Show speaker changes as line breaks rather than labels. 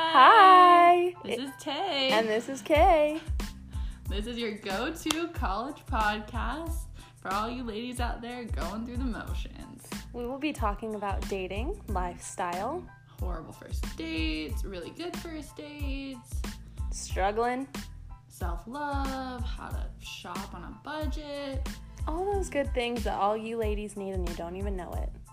Hi.
This is Tay.
And this is Kay.
this is your go to college podcast for all you ladies out there going through the motions.
We will be talking about dating, lifestyle,
Horrible first dates, really good first dates,
struggling,
self love, how to shop on a budget.
all those good things that all you ladies need and you don't even know it.